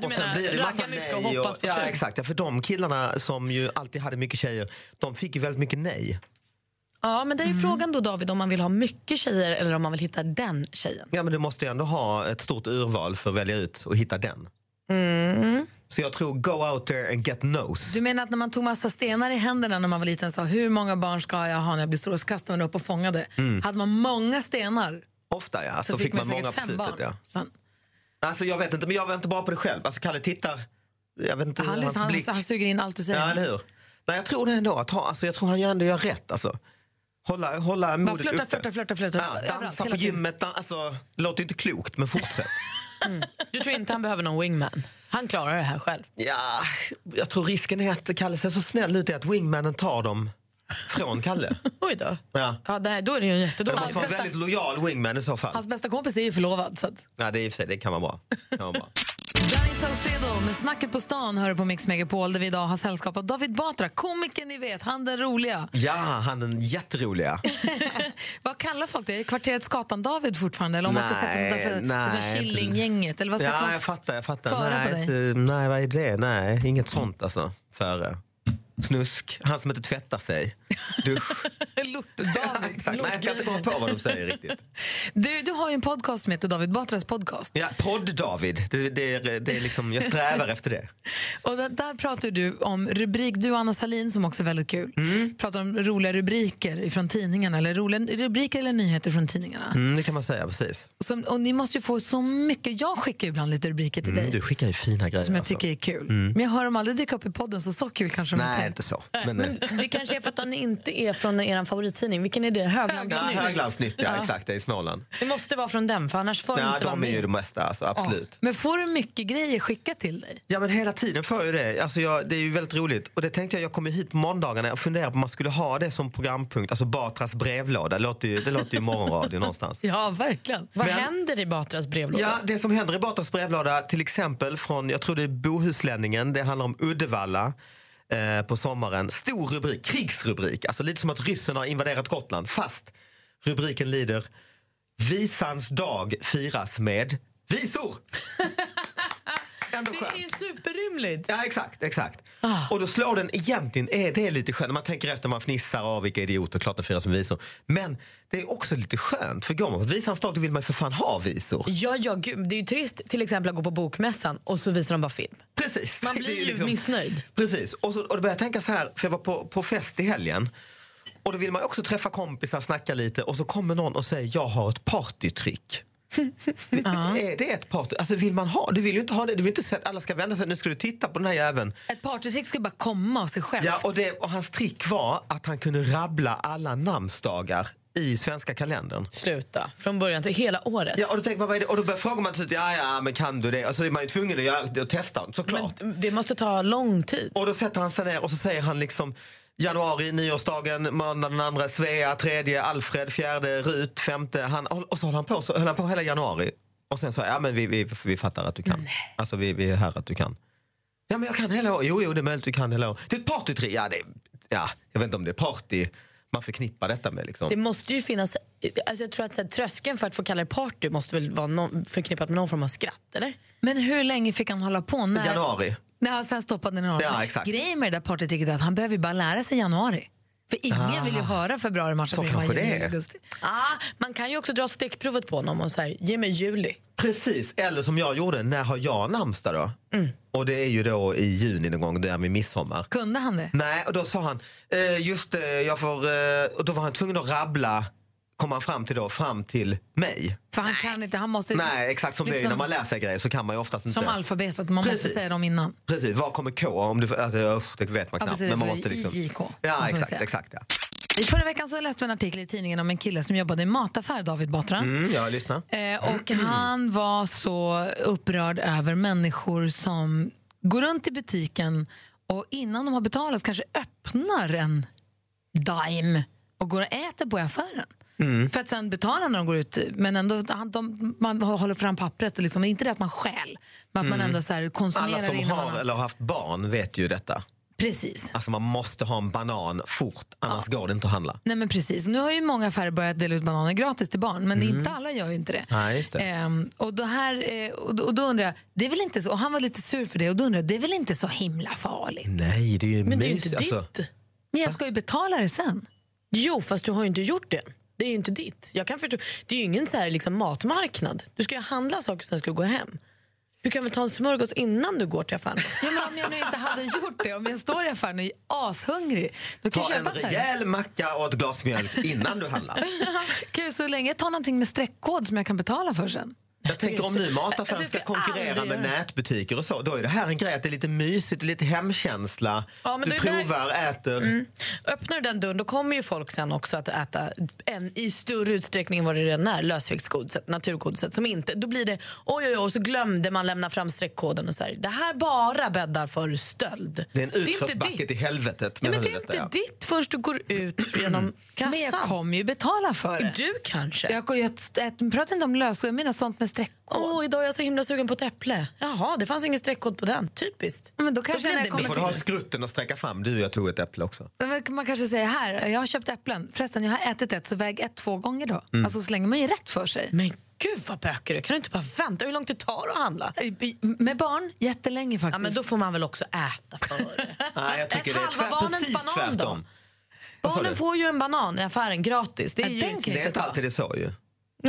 Du Och sen blir det massa nej och, ja, exakt. Ja, för de killarna som ju alltid hade mycket tjejer, de fick ju väldigt mycket nej. Mm. Ja, men det är ju frågan då David om man vill ha mycket tjejer eller om man vill hitta den tjejen. Ja, men du måste ju ändå ha ett stort urval för att välja ut och hitta den. Mm. Så jag tror go out there and get knows. Du menar att när man tog massa stenar i händerna när man var liten sa hur många barn ska jag ha när jag blir stor? Och så kastade man upp och fångade. Mm. Hade man många stenar? Ofta ja, så, Så fick fick man man, säkert många på fem slutet. barn. Ja. Sen. Mm. Alltså, jag vet inte, men jag var inte bara på det själv. Alltså, Kalle tittar, jag vet inte, Han, hans lyssnar- han, blick. han, suger in allt du säger. Ja, eller hur? Nej, jag tror det ändå. Att ha, alltså, jag tror han gör ändå gör rätt. Alltså. Hålla, hålla Bara modet flörta, uppe. flörta, flörta, flörta. Ja, Överallt, dansa hela på tiden. gymmet. dan- Alltså, det låter ju inte klokt, men fortsätt. Du tror inte han behöver någon wingman? Han klarar det här själv. ja, jag tror risken är att Kalle ser så snäll ut i att wingmanen tar dem Från Kalle? Oj då. Ja. Ja, det här, då är det ju en jättedålig... Det måste vara en väldigt lojal wingman i så fall. Hans bästa kompis är ju förlovad. Så att. Nej, det, är i och för sig, det kan vara bra. Det Kan vara bra. Danny Saucedo med Snacket på stan hör du på Mix Megapol där vi idag har sällskap av David Batra, komikern ni vet, han den roliga. Ja, han den jätteroliga. Vad kallar folk det? Är det kvarterets Gatan-David fortfarande? Eller om man ska sätta sig Nej, där för nej, liksom inte- Killinggänget? Eller vad ska Ja, man- jag fattar. Jag fattar. föra på Nej, dig? inte- nej, vad är det? Nej, inget sånt alltså. Före. Snusk. Han som inte tvättar sig. Dusch. Lort-David. Exakt. Nej, jag kan inte komma på vad de säger riktigt. Du, du har ju en podcast som heter David Batras podcast. Ja, Podd-David. Det, det, är- det är liksom, jag strävar efter det. Och där, där pratar du om rubrik, du och Anna Salin som också är väldigt kul, Mm. pratar om roliga rubriker från tidningarna, eller roliga rubriker eller nyheter från tidningarna. Mm, det kan man säga, precis. Som, och ni måste ju få så mycket, jag skickar ju ibland lite rubriker till Mm, dig. du skickar ju fina grejer. som jag alltså. tycker är kul. Mm. Men jag hör dem aldrig dyka upp i podden, så så kul kanske de Nej, är. inte så. Men, eh, Det kanske är för att han inte är från er favorittidning. Vilken är det? ja, Höglandsnytt? Höglandsnytt, ja, exakt. Det är i Småland. Det måste vara från den, för annars får Ja, inte vara de är ju med. de bästa, alltså, absolut. Men får du mycket grejer skickat till dig? Ja men hela tiden får jag ju det. Alltså jag, det är ju väldigt roligt. Och det tänkte jag, jag kommer hit på måndagarna och funderar på om man skulle ha det som programpunkt. Alltså Batras brevlåda, det låter ju, det låter ju morgonradio någonstans. Ja, verkligen. Vad Men- händer i Batras brevlåda? Ja, det som händer i Batras brevlåda, till exempel från, jag tror det är Bohuslänningen, det handlar om Uddevalla eh, på sommaren. Stor rubrik, krigsrubrik, alltså lite som att ryssen har invaderat Gotland. Fast rubriken lyder Visans dag firas med visor. Det är superrymligt. Ja, exakt. exakt. Ah. Och då slår den egentligen, är det är lite skönt. Man tänker efter, man fnissar av vilka idioter, klart den firas med visor. Men det är också lite skönt, för går man på visans dag då vill man ju för fan ha visor. Ja, ja, gud, det är ju trist till exempel att gå på bokmässan och så visar de bara film. Precis. Man Det är blir ju liksom- missnöjd. Precis. Och, så, och då började jag tänka så här, för jag var på, på fest i helgen. Och då vill man ju också träffa kompisar, snacka lite och så kommer någon och säger jag har ett partytrick. Är det ett party? Alltså vill man ha? Du vill ju inte ha det. Du vill inte se att alla ska vända sig. Nu ska du titta på den här jäveln. Ett partytrick ska bara komma av sig självt. Ja, och, det, och hans trick var att han kunde rabbla alla namnsdagar i svenska kalendern. Sluta. Från början till hela året. Ja, och då tänker man, vad är det? Och då börjar- frågar man till slut, ja, ja, men kan du det? Och så är man ju tvungen att göra det och testa, såklart. det måste ta lång tid. Och då sätter han sig ner och så säger han liksom januari, nyårsdagen, måndag den andra, Svea, tredje, Alfred, fjärde, Rut, femte. Han, och så håller han på, så höll han på hela januari. Och sen sa jag, ja men vi, vi, vi fattar att du kan. Alltså vi, vi är här att du kan. Ja men jag kan hela året. Jo, jo det är möjligt du kan hela året. Det är ett partytre. Ja, det, ja, jag vet inte om det är party man förknippar detta med liksom. Det måste ju finnas... Alltså jag tror att så här, tröskeln för att få kalla det party måste väl vara någon, förknippat med någon form av skratt, eller? Men hur länge fick han hålla på? När... Januari. Ja, sen stoppade den i januari. Ja, exakt. Grejen med det där partytricket är att han behöver ju bara lära sig januari. För ingen Ah. vill ju höra februari, mars, Så april, kanske maj, det juni, är. augusti. Ah, man kan ju också dra stickprovet på honom och säga ge mig juli. Precis, eller som jag gjorde, när har jag namnsdag då? Mm. Och det är ju då i juni någon gång, där med midsommar. Kunde han det? Nej, och då sa han, eh, just det, jag får... Eh, och då var han tvungen att rabbla, kom han fram till då, fram till mig. För han kan inte, han måste... liksom Nej, exakt som det är när man läser grejer så kan man ju oftast inte. Som alfabetet, man måste Precis. säga dem innan. Precis, var kommer K? Om du, alltså, usch, det vet man Ja, knappt. precis, men man för måste det är liksom... IJK, måste Ja, man exakt, säga. exakt. Ja. I förra veckan så läste vi en artikel i tidningen om en kille som jobbade i en mataffär, David Batra. Mm, jag lyssnar. Eh, och han var så upprörd över människor som går runt i butiken och innan de har betalat kanske öppnar en dime och går och äter på i affären. Mm. För att sen betala när de går ut. Men ändå, han- de, man håller fram pappret. Och liksom, det är inte det att man stjäl, men att man Mm. ändå så här konsumerar Alla som innan har man... eller har haft barn vet ju detta. Precis. Alltså man måste ha en banan fort, annars går det inte att handla. Nej men precis. Nu har ju många affärer börjat dela ut bananer gratis till barn, men Mm. inte alla gör ju inte det. Nej, just det. Ehm, och, då här, eh, och, då, och då undrar jag, det är väl inte så, och han var lite sur för det, och då undrar jag, det är väl inte så himla farligt? Nej, det är ju Men det är ju mys- inte alltså. Men jag ska ju betala det sen. Jo, fast du har ju inte gjort det. Det är ju inte ditt. Jag kan förstå. Det är ju ingen så här liksom matmarknad. Du ska ju handla saker sen ska du gå hem. Du kan väl ta en smörgås innan du går till affären? Ja, men om jag nu inte hade gjort det, om jag står i affären och är ashungrig, då kan Ta jag en köpa så här. rejäl macka och ett glas mjölk innan du handlar. Kan jag så länge jag tar någonting med streckkod som jag kan betala för sen. Jag tänker om så- nu mataffären Alltså, ska jag skulle konkurrera aldrig med göra det. nätbutiker och så, då är det här en grej att det är lite mysigt, lite hemkänsla. Ja, men du det är där- provar, äter. Mm. Öppnar du den dörren då kommer ju folk sen också att äta en, i större utsträckning än vad det redan är lösviktsgodiset, naturgodiset. Som inte, då blir det oj, oj, oj, och så glömde man lämna fram streckkoden och så här. Det här bara bäddar för stöld. Det är en inte utförsbacke till helvetet. Ja, men det är helvete, inte ditt förrän du går ut genom kassan. Men jag kommer ju betala för det. Du kanske. Jag, jag, jag, jag pratar inte om lösgård, jag menar sånt med streckkod. Åh, idag är jag så himla sugen på ett äpple. Jaha, det fanns ingen streckkod på den. Typiskt. Men då kanske blir när det jag kommer Då får du ha skrutten och sträcka fram. Du, jag tog ett äpple också. Men Man kanske säger här, jag har köpt äpplen. Förresten, jag har ätit ett, så väg ett två gånger då. Mm. Alltså slänger man ju rätt för sig. Men gud vad böcker du Kan du inte bara vänta? Hur långt det tar att handla? Med barn, jättelänge faktiskt. Ja, men då får man väl också äta för det. Nej, jag tycker det är halva tvär, barnens precis banan då? tvärtom. Vad sa Barnen du? får ju en banan i affären gratis. Det är, ju Det är inte alltid det är så ju.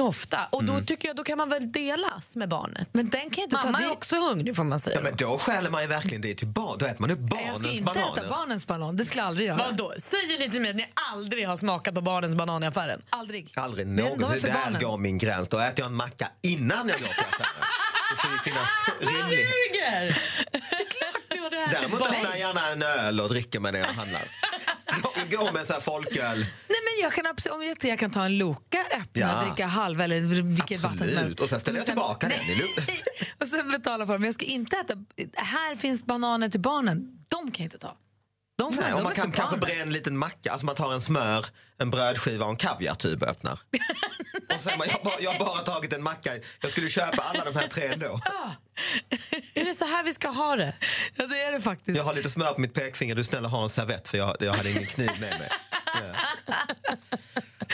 Ofta. Och då Mm. tycker jag då kan man väl delas med barnet. Men den kan inte Mamma ta är det- också hungrig får man säga. Ja, men då skäller man ju verkligen det till barn. Då äter man upp jag ska barnens inte äta bananer. Äta barnens banan, det skulle jag aldrig göra. Vadå? Säger ni till mig att ni aldrig har smakat på barnens banan i affären? Aldrig. Aldrig Det är ändå någonsin. för Där barnen. går min gräns. Då äter jag en macka innan jag går till affären. Det får ju finnas rimlig... Ljuger! Det är klart ni har det här till Däremot barn. öppnar jag gärna en öl och dricker med det jag handlar. Gå- Gå med en sån här folköl. Nej, men jag, kan abs- om jag, jag kan ta en Loka, öppna, Ja. dricka halva eller vilket vatten som Absolut. helst. Och sen ställer jag Men tillbaka den. Det är lugnt. Och sen betala för dem. Jag ska inte äta... Här finns bananer till barnen. De kan jag inte ta. De får Nej, de och man är kan för kanske barnen. bre en liten macka. Alltså man tar en smör, en brödskiva och en kaviartub och öppnar. och sen, man, jag, har bara, jag har bara tagit en macka. Jag skulle köpa alla de här tre ändå. Ah! Är det så här vi ska ha det? Ja, det är det faktiskt. Jag har lite smör på mitt pekfinger. Du snälla ha en servett för jag, jag hade ingen kniv med mig. Ja.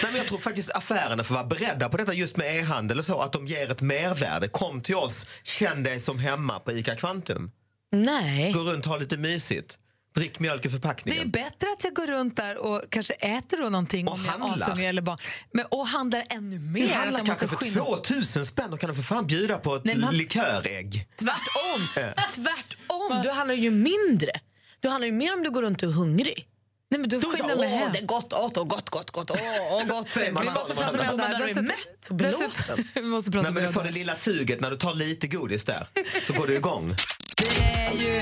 Nej, men jag tror faktiskt affärerna får vara beredda på detta just med e-handel och så. Att de ger ett mervärde. Kom till oss, känn dig som hemma på ICA Kvantum. Nej. Gå runt och ha lite mysigt. Drick mjölk i Det förpackningen. är bättre att jag går runt där och kanske äter då någonting och om jag handlar. avsunger eller barn. Men, och handlar ännu mer. Du att handlar jag måste kanske för skynda- 2000 spänn och kan du för fan bjuda på ett Nej, man- likörägg. Tvärtom! Ja. Tvärtom! Du handlar ju mindre. Du handlar ju mer om du går runt och är hungrig. Nej, men du då skyndar mig hem. det är gott, åt och gott, gott, gott, åh, åh gott. Säger man Vi alla måste de prata med andra. den där. Där är Dessutom- mätt och belåten. Vi måste prata Nej, men du om får det lilla suget när du tar lite godis där. Så går du igång. Det är ju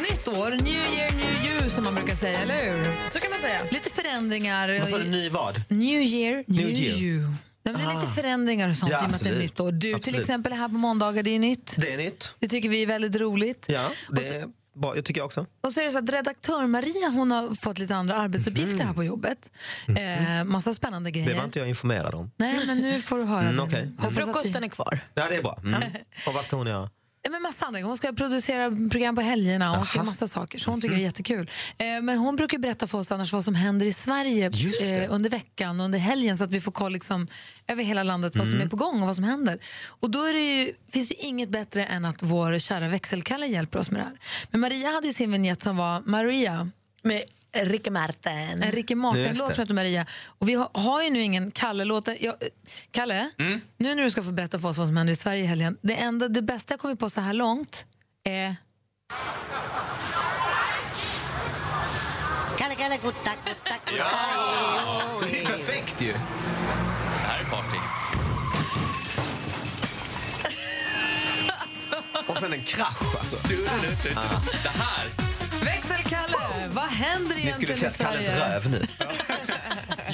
nytt år, new year, new you som man brukar säga, eller hur? Så kan man säga. Lite förändringar. Vad sa du, ny vad? New year, new, New year. you. Nej, men det är lite Ah. förändringar och sånt Ja, i och med att det är absolut. nytt år. Du till Absolut. exempel här på måndagar, det är nytt. Det är nytt. Det tycker vi är väldigt roligt. Ja, det är bra. Jag tycker jag också. Och så är det så att redaktör Maria hon har fått lite andra arbetsuppgifter här på jobbet. Eh, massa spännande Mm. Det grejer. var inte jag informerad om. Nej, men nu får du höra. Mm, det. okej. Hoppas att Frukosten det- är kvar. Ja, det är bra. Mm. Och vad ska hon göra? Ja, men massa andra. Hon ska producera program på helgerna och hon ska göra massa saker. Så hon Mhm. tycker det är jättekul. Eh, men hon brukar berätta för oss annars vad som händer i Sverige Just det. eh, under veckan och under helgen så att vi får koll liksom, över hela landet vad som Mm. är på gång och vad som händer. Och då är det ju, finns det ju inget bättre än att vår kära växelkalle hjälper oss med det här. Men Maria hade ju sin vignett som var Maria. Med Ricky Martin. En Ricky Mm. Just Martin-låt det. som heter Maria. Och vi har, har ju nu ingen Kalle-låt. Jag- Kalle, Mm. nu när du ska få berätta för oss vad som händer i Sverige i helgen. Det, enda, det bästa jag kommit på så här långt är... Kalle, Kalle, gutta, gutta, gutta. Det är perfekt ju. Det här är party. Och sen en krasch alltså. Ah. Det här Växelkalle, vad händer Ni skulle egentligen i sett Kalles Sverige? röv nu.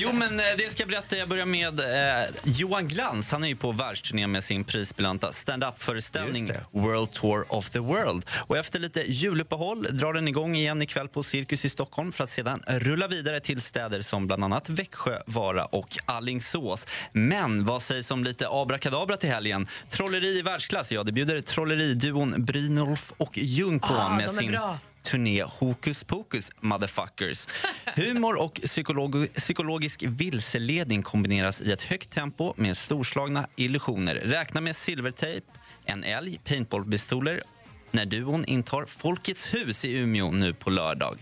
Jo, men eh, det ska jag berätta. Jag börjar med eh, Johan Glans. Han är ju på världsturné med sin prisbelönta stand-up-föreställning World Tour of the World. Och efter lite juluppehåll drar den igång igen ikväll på Cirkus i Stockholm för att sedan rulla vidare till städer som bland annat Växjö, Vara och Allingsås. Men vad sägs om lite abrakadabra till helgen? Trolleri i världsklass, ja, det bjuder trolleriduon Brynolf och Ljung på Ah, med de är sin bra. turné Hokus pokus motherfuckers. Humor och psykolog psykologisk vilseledning kombineras i ett högt tempo med storslagna illusioner. Räkna med silvertejp, en älg, paintballpistoler när duon intar Folkets hus i Umeå nu på lördag.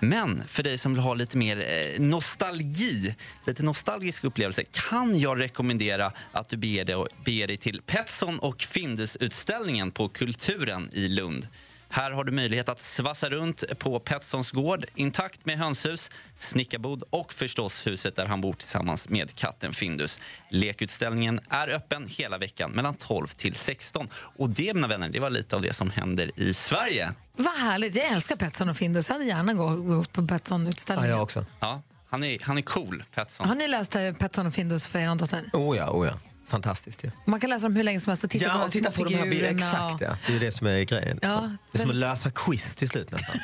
Men för dig som vill ha lite mer eh, nostalgi, lite nostalgisk upplevelse kan jag rekommendera att du beger dig, beger dig till Petsson och Findus-utställningen på Kulturen i Lund. Här har du möjlighet att svassa runt på Petterssons gård intakt med hönshus, snickarbod och förstås huset där han bor tillsammans med katten Findus. Lekutställningen är öppen hela veckan mellan 12 till 16. Och det, mina vänner, det var lite av det som händer i Sverige. Vad härligt. Jag älskar Petsson och Findus. Jag hade gärna gå- gått på Petsson-utställningen. också. Ja, han, är, han är cool, Pettersson. Har ni läst eh, Petsson och Findus för er dotter? Oh ja, oh ja. Fantastiskt ju. Man kan läsa dem hur länge som helst och titta Ja, på de och titta små på de här bilderna. figurerna Exakt, och- ja. Det är ju det som är grejen. Ja, Så. Det är som att lösa quiz till slut nästan.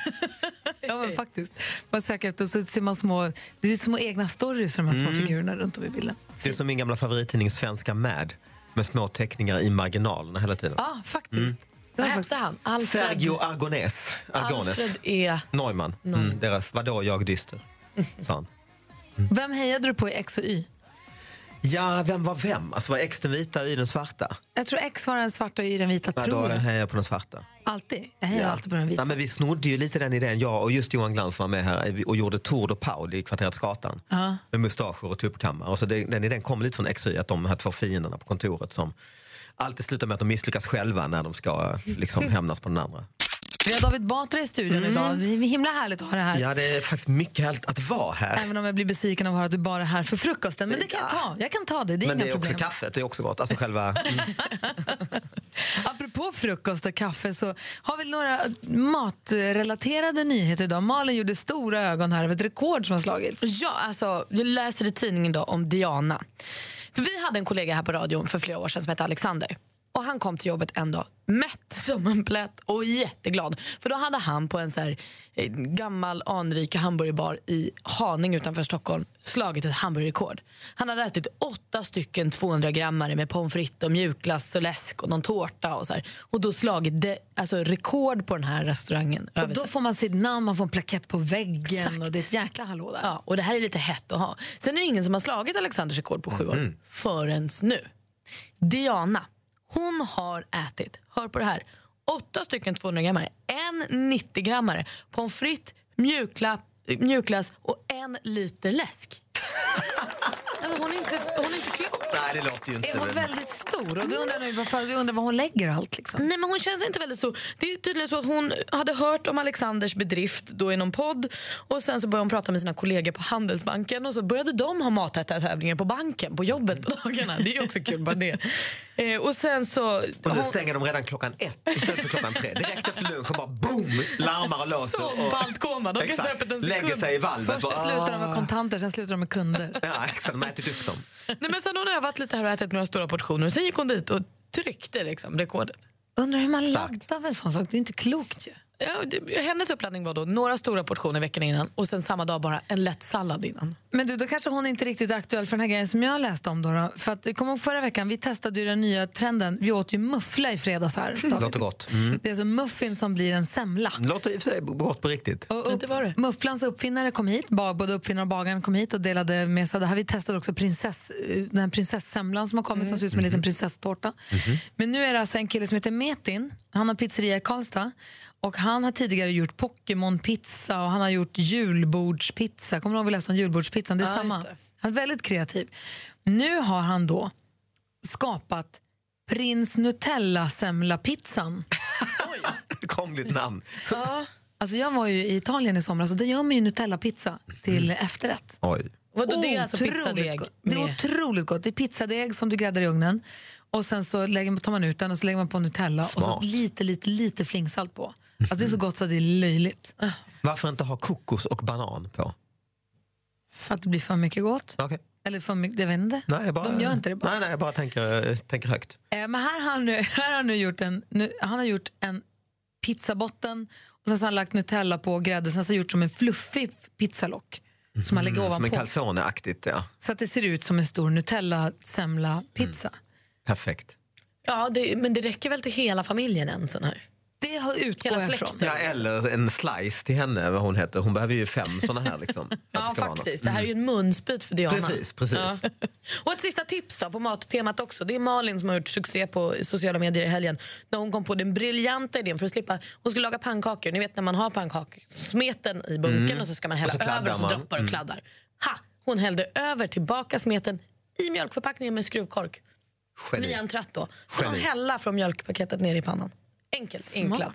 Ja, men faktiskt. Man söker efter och så ser man små, det är små egna stories för de här små Mm. figurerna runt om i bilden. Det är som min gamla favorittidning Svenska Mad. Med små teckningar i marginalerna hela tiden. Mm. Ja, faktiskt. Vad hette han? Alfred. Sergio Argones. Argones. Alfred E. Neumann. Mm, deras Vadå jag dyster? Sa han. Vem hejade du på i X och Y? Ja, vem var vem? Alltså var X den vita och Y den svarta? Jag tror X var den svarta och Y den vita, Ja, då tror jag. hejar jag på den svarta. Alltid. Jag hejar alltid på den vita. Ja, men vi snodde ju lite den idén, jag och just Johan Glans var med här eh, och gjorde Tour de Paul i kvarteret Skatan. Ja. Med mustascher och tuppkammar. Och så det, den idén kom lite från XY, att de här två fienderna på kontoret som alltid slutar med att de misslyckas själva när de ska eh, liksom, hämnas på den andra. Mm. Vi har David Batra i studion idag. Det är himla härligt att ha det här. Ja, det är faktiskt mycket härligt att vara här. Även om jag blir besviken av att höra att du bara är här för frukosten. Men det kan jag ta. Jag kan ta det. Det är Men inga det är också problem. kaffet, det är också gott. Alltså själva... Apropå frukost och kaffe så har vi några matrelaterade nyheter idag. Malin gjorde stora ögon här över ett rekord som har slagits. Ja, alltså, jag läser i tidningen idag om Diana. För Vi hade en kollega här på radion för flera år sedan som hette Alexander. Och Han kom till jobbet en dag mätt som en plätt och jätteglad. För Då hade han på en så här, eh, gammal anrik hamburgerbar i Haninge utanför Stockholm slagit ett hamburgerrekord. Han hade ätit åtta stycken 200-grammare med pommes frites och mjukglass och läsk och någon tårta. Och, så här. och då slagit det, alltså, rekord på den här restaurangen. Och då får man sitt namn, man får en plakett på väggen och det är ett jäkla hallå där. Ja, och det här är lite hett att ha. Sen är det ingen som har slagit Alexanders rekord på sju år. Förrän nu. Diana, hon har ätit, hör på det här, åtta stycken 200-grammare, en 90-grammare, pommes frites, mjukla, mjukglass och en liter läsk. alltså, hon, är inte, hon är inte klok. Nej, det låter ju inte... Är hon men- väldigt stor? Och du undrar, nu, varför, du undrar var hon lägger allt. Liksom. Mm. Nej, men hon känns inte väldigt stor. Det är tydligen så att hon hade hört om Alexanders bedrift då i någon podd och sen så började hon prata med sina kollegor på Handelsbanken och så började de ha matätartävlingar på banken, på jobbet på dagarna. Det är ju också kul bara det. Eh, och sen så... Och nu hon- stänger de redan klockan ett istället för klockan tre. Direkt efter lunchen bara boom! Larmar och låser. Så och- baltkoma, de kan inte Exakt. öppet en Lägger sekund. sig i valvet. "Ah." Först slutar de med kontanter, sen slutar de med kunder. Ja, exakt. De har ätit upp dem. Nej, men sen har hon övat lite här och ätit några stora portioner och sen gick hon dit och tryckte liksom rekordet. Undrar hur man Starkt. laddar med en sån sak? Det är inte klokt ju. Ja, det, hennes uppladdning var då några stora portioner veckan innan och sen samma dag bara en lätt sallad innan. Men du, då kanske hon inte riktigt är aktuell för den här grejen som jag läste om. Då, då. För att, kom ihåg förra veckan, vi testade ju den nya trenden. Vi åt ju muffla i fredags här. David. Låter gott. Mm. Det är alltså muffin som blir en semla. Låter i och för sig gott på riktigt. Och upp, Mufflans uppfinnare kom hit, ba- både uppfinnaren och bagaren kom hit och delade med sig. av Det här, vi testade också prinsess, eh, den här prinsessemlan som har kommit som ser ut som en liten prinsesstårta. Men nu är det alltså en kille som heter Metin. Han har pizzeria i Karlstad. Och han har tidigare gjort Pokémon-pizza och han har gjort julbordspizza. Kommer du ihåg vi läste om julbordspizzan? Det är Ja, samma. just det. Han är väldigt kreativ. Nu har han då skapat Prins Nutella-semla-pizzan. Krångligt namn. Alltså jag var ju i Italien i somras och där gör man ju Nutella-pizza till Mm. efterrätt. Oj. Vadå, det är alltså Otroligt pizzadeg gott. Det är med- otroligt gott. Det är pizzadeg som du gräddar i ugnen och sen så lägger, tar man ut den och så lägger man på Nutella och Smart. Mm. så lite, lite, lite flingsalt på. Alltså det är så gott så det är löjligt. Ah. Varför inte ha kokos och banan på? För att det blir för mycket gott. Okej. Eller för mycket, jag vet inte. Nej, jag bara, De gör inte det bara. Nej, nej, jag bara tänker, tänker högt. Eh, Men här har han nu, här har han nu gjort en, nu, han har gjort en pizzabotten och sen så har han lagt Nutella på grädden sen så har han gjort som en fluffig pizzalock som han lägger Mm, Som en ovanpå. calzone-aktigt, ja. Så att det ser ut som en stor Nutella-semla-pizza. Mm. Perfekt. Ja, det, men det räcker väl till hela familjen en sån här? Det har utgår Hela jag släkten. ifrån. Ja, eller en slice till henne, vad hon heter. Hon behöver ju fem såna här. Liksom, för att det Ja, ska vara något. Mm. faktiskt. Det här är ju en munsbit för Diana. Precis, precis. Ja. Och ett sista tips då på mattemat också. Det är Malin som har gjort succé på sociala medier i helgen. När hon kom på den briljanta idén för att slippa... Hon skulle laga pannkakor. Ni vet när man har pannkaksmeten i bunken Mm. och så ska man Och hälla så kladdar över och så man. droppar och Mm. kladdar. Ha! Hon hällde över tillbaka smeten i mjölkförpackningen med skruvkork. Geni. Via en tratt då. Så de Geni. hälla från mjölkpaketet ner i pannan. Enkelt, Smart. enklad.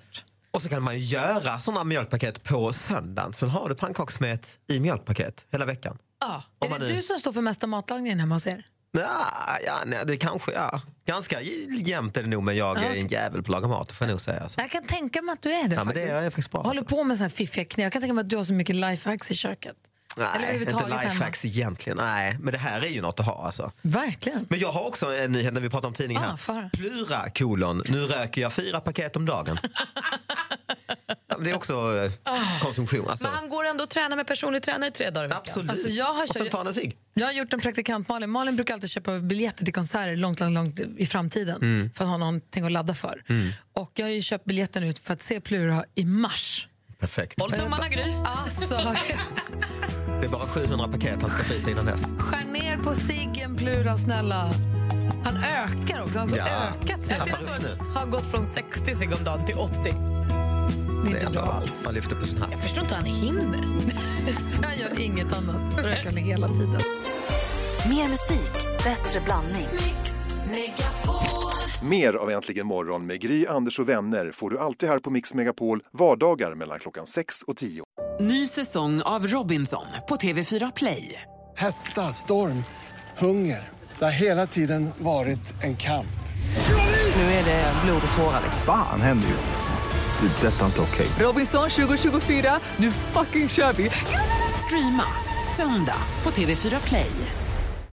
Och så kan man ju göra sådana mjölkpaket på söndagen. Sen har du pannkakssmet i mjölkpaket hela veckan. Ja. Om Är man det nu- du som står för mesta matlagningen hemma hos er? Ja, ja, nej, det kanske, ja. Ganska jämnt är det nog, men jag är en jävel på att laga mat, får jag nog säga. Alltså. Jag kan tänka mig att du är det Ja, men det faktiskt. är jag faktiskt alltså. bra, Jag håller på med så här fiffiga knep. Jag kan tänka mig att du har så mycket lifehacks i köket. Eller Nej, inte överhuvudtaget hemma. lifehacks egentligen. Nej, men det här är ju något att ha alltså. Verkligen. Men jag har också en nyhet när vi pratar om tidningar Ja, här. för höra. Plura kolon, nu röker jag fyra paket om dagen. Ja, men det är också eh, konsumtion. Alltså. Men han går ändå och tränar med personlig tränare tre dagar i veckan. Absolut. Alltså jag har kört- Jag har gjort en praktikant Malin. Malin brukar alltid köpa biljetter till konserter långt, långt, långt i framtiden Mm. för att ha någonting att ladda för. Mm. Och jag har ju köpt biljetten ut för att se Plura i mars. Perfekt. Och jag bara- Alltså, Det är bara 700 paket han ska frysa innan dess. skär ner på ciggen Plura snälla. Han ökar också. Han har Ja. ökat Jag ser Absolut. att han har gått från 60 cigg om dagen till 80. Det är inte bra alls. Han lyfter på sin hatt. Jag förstår inte hur han hinner. Jag gör inget annat. Röker han hela tiden. Mer musik, bättre blandning. Mer av Äntligen morgon med Gry, Anders och vänner får du alltid här på Mix Megapol vardagar mellan klockan 6 och 10. Ny säsong av Robinson på TV4 Play. Hetta, storm, hunger. Det har hela tiden varit en kamp. Nu är det blod och tårar. liksom. Fan händer just det. Det är detta inte okej. Robinson 2024, nu fucking kör vi! Streama söndag på TV4 Play.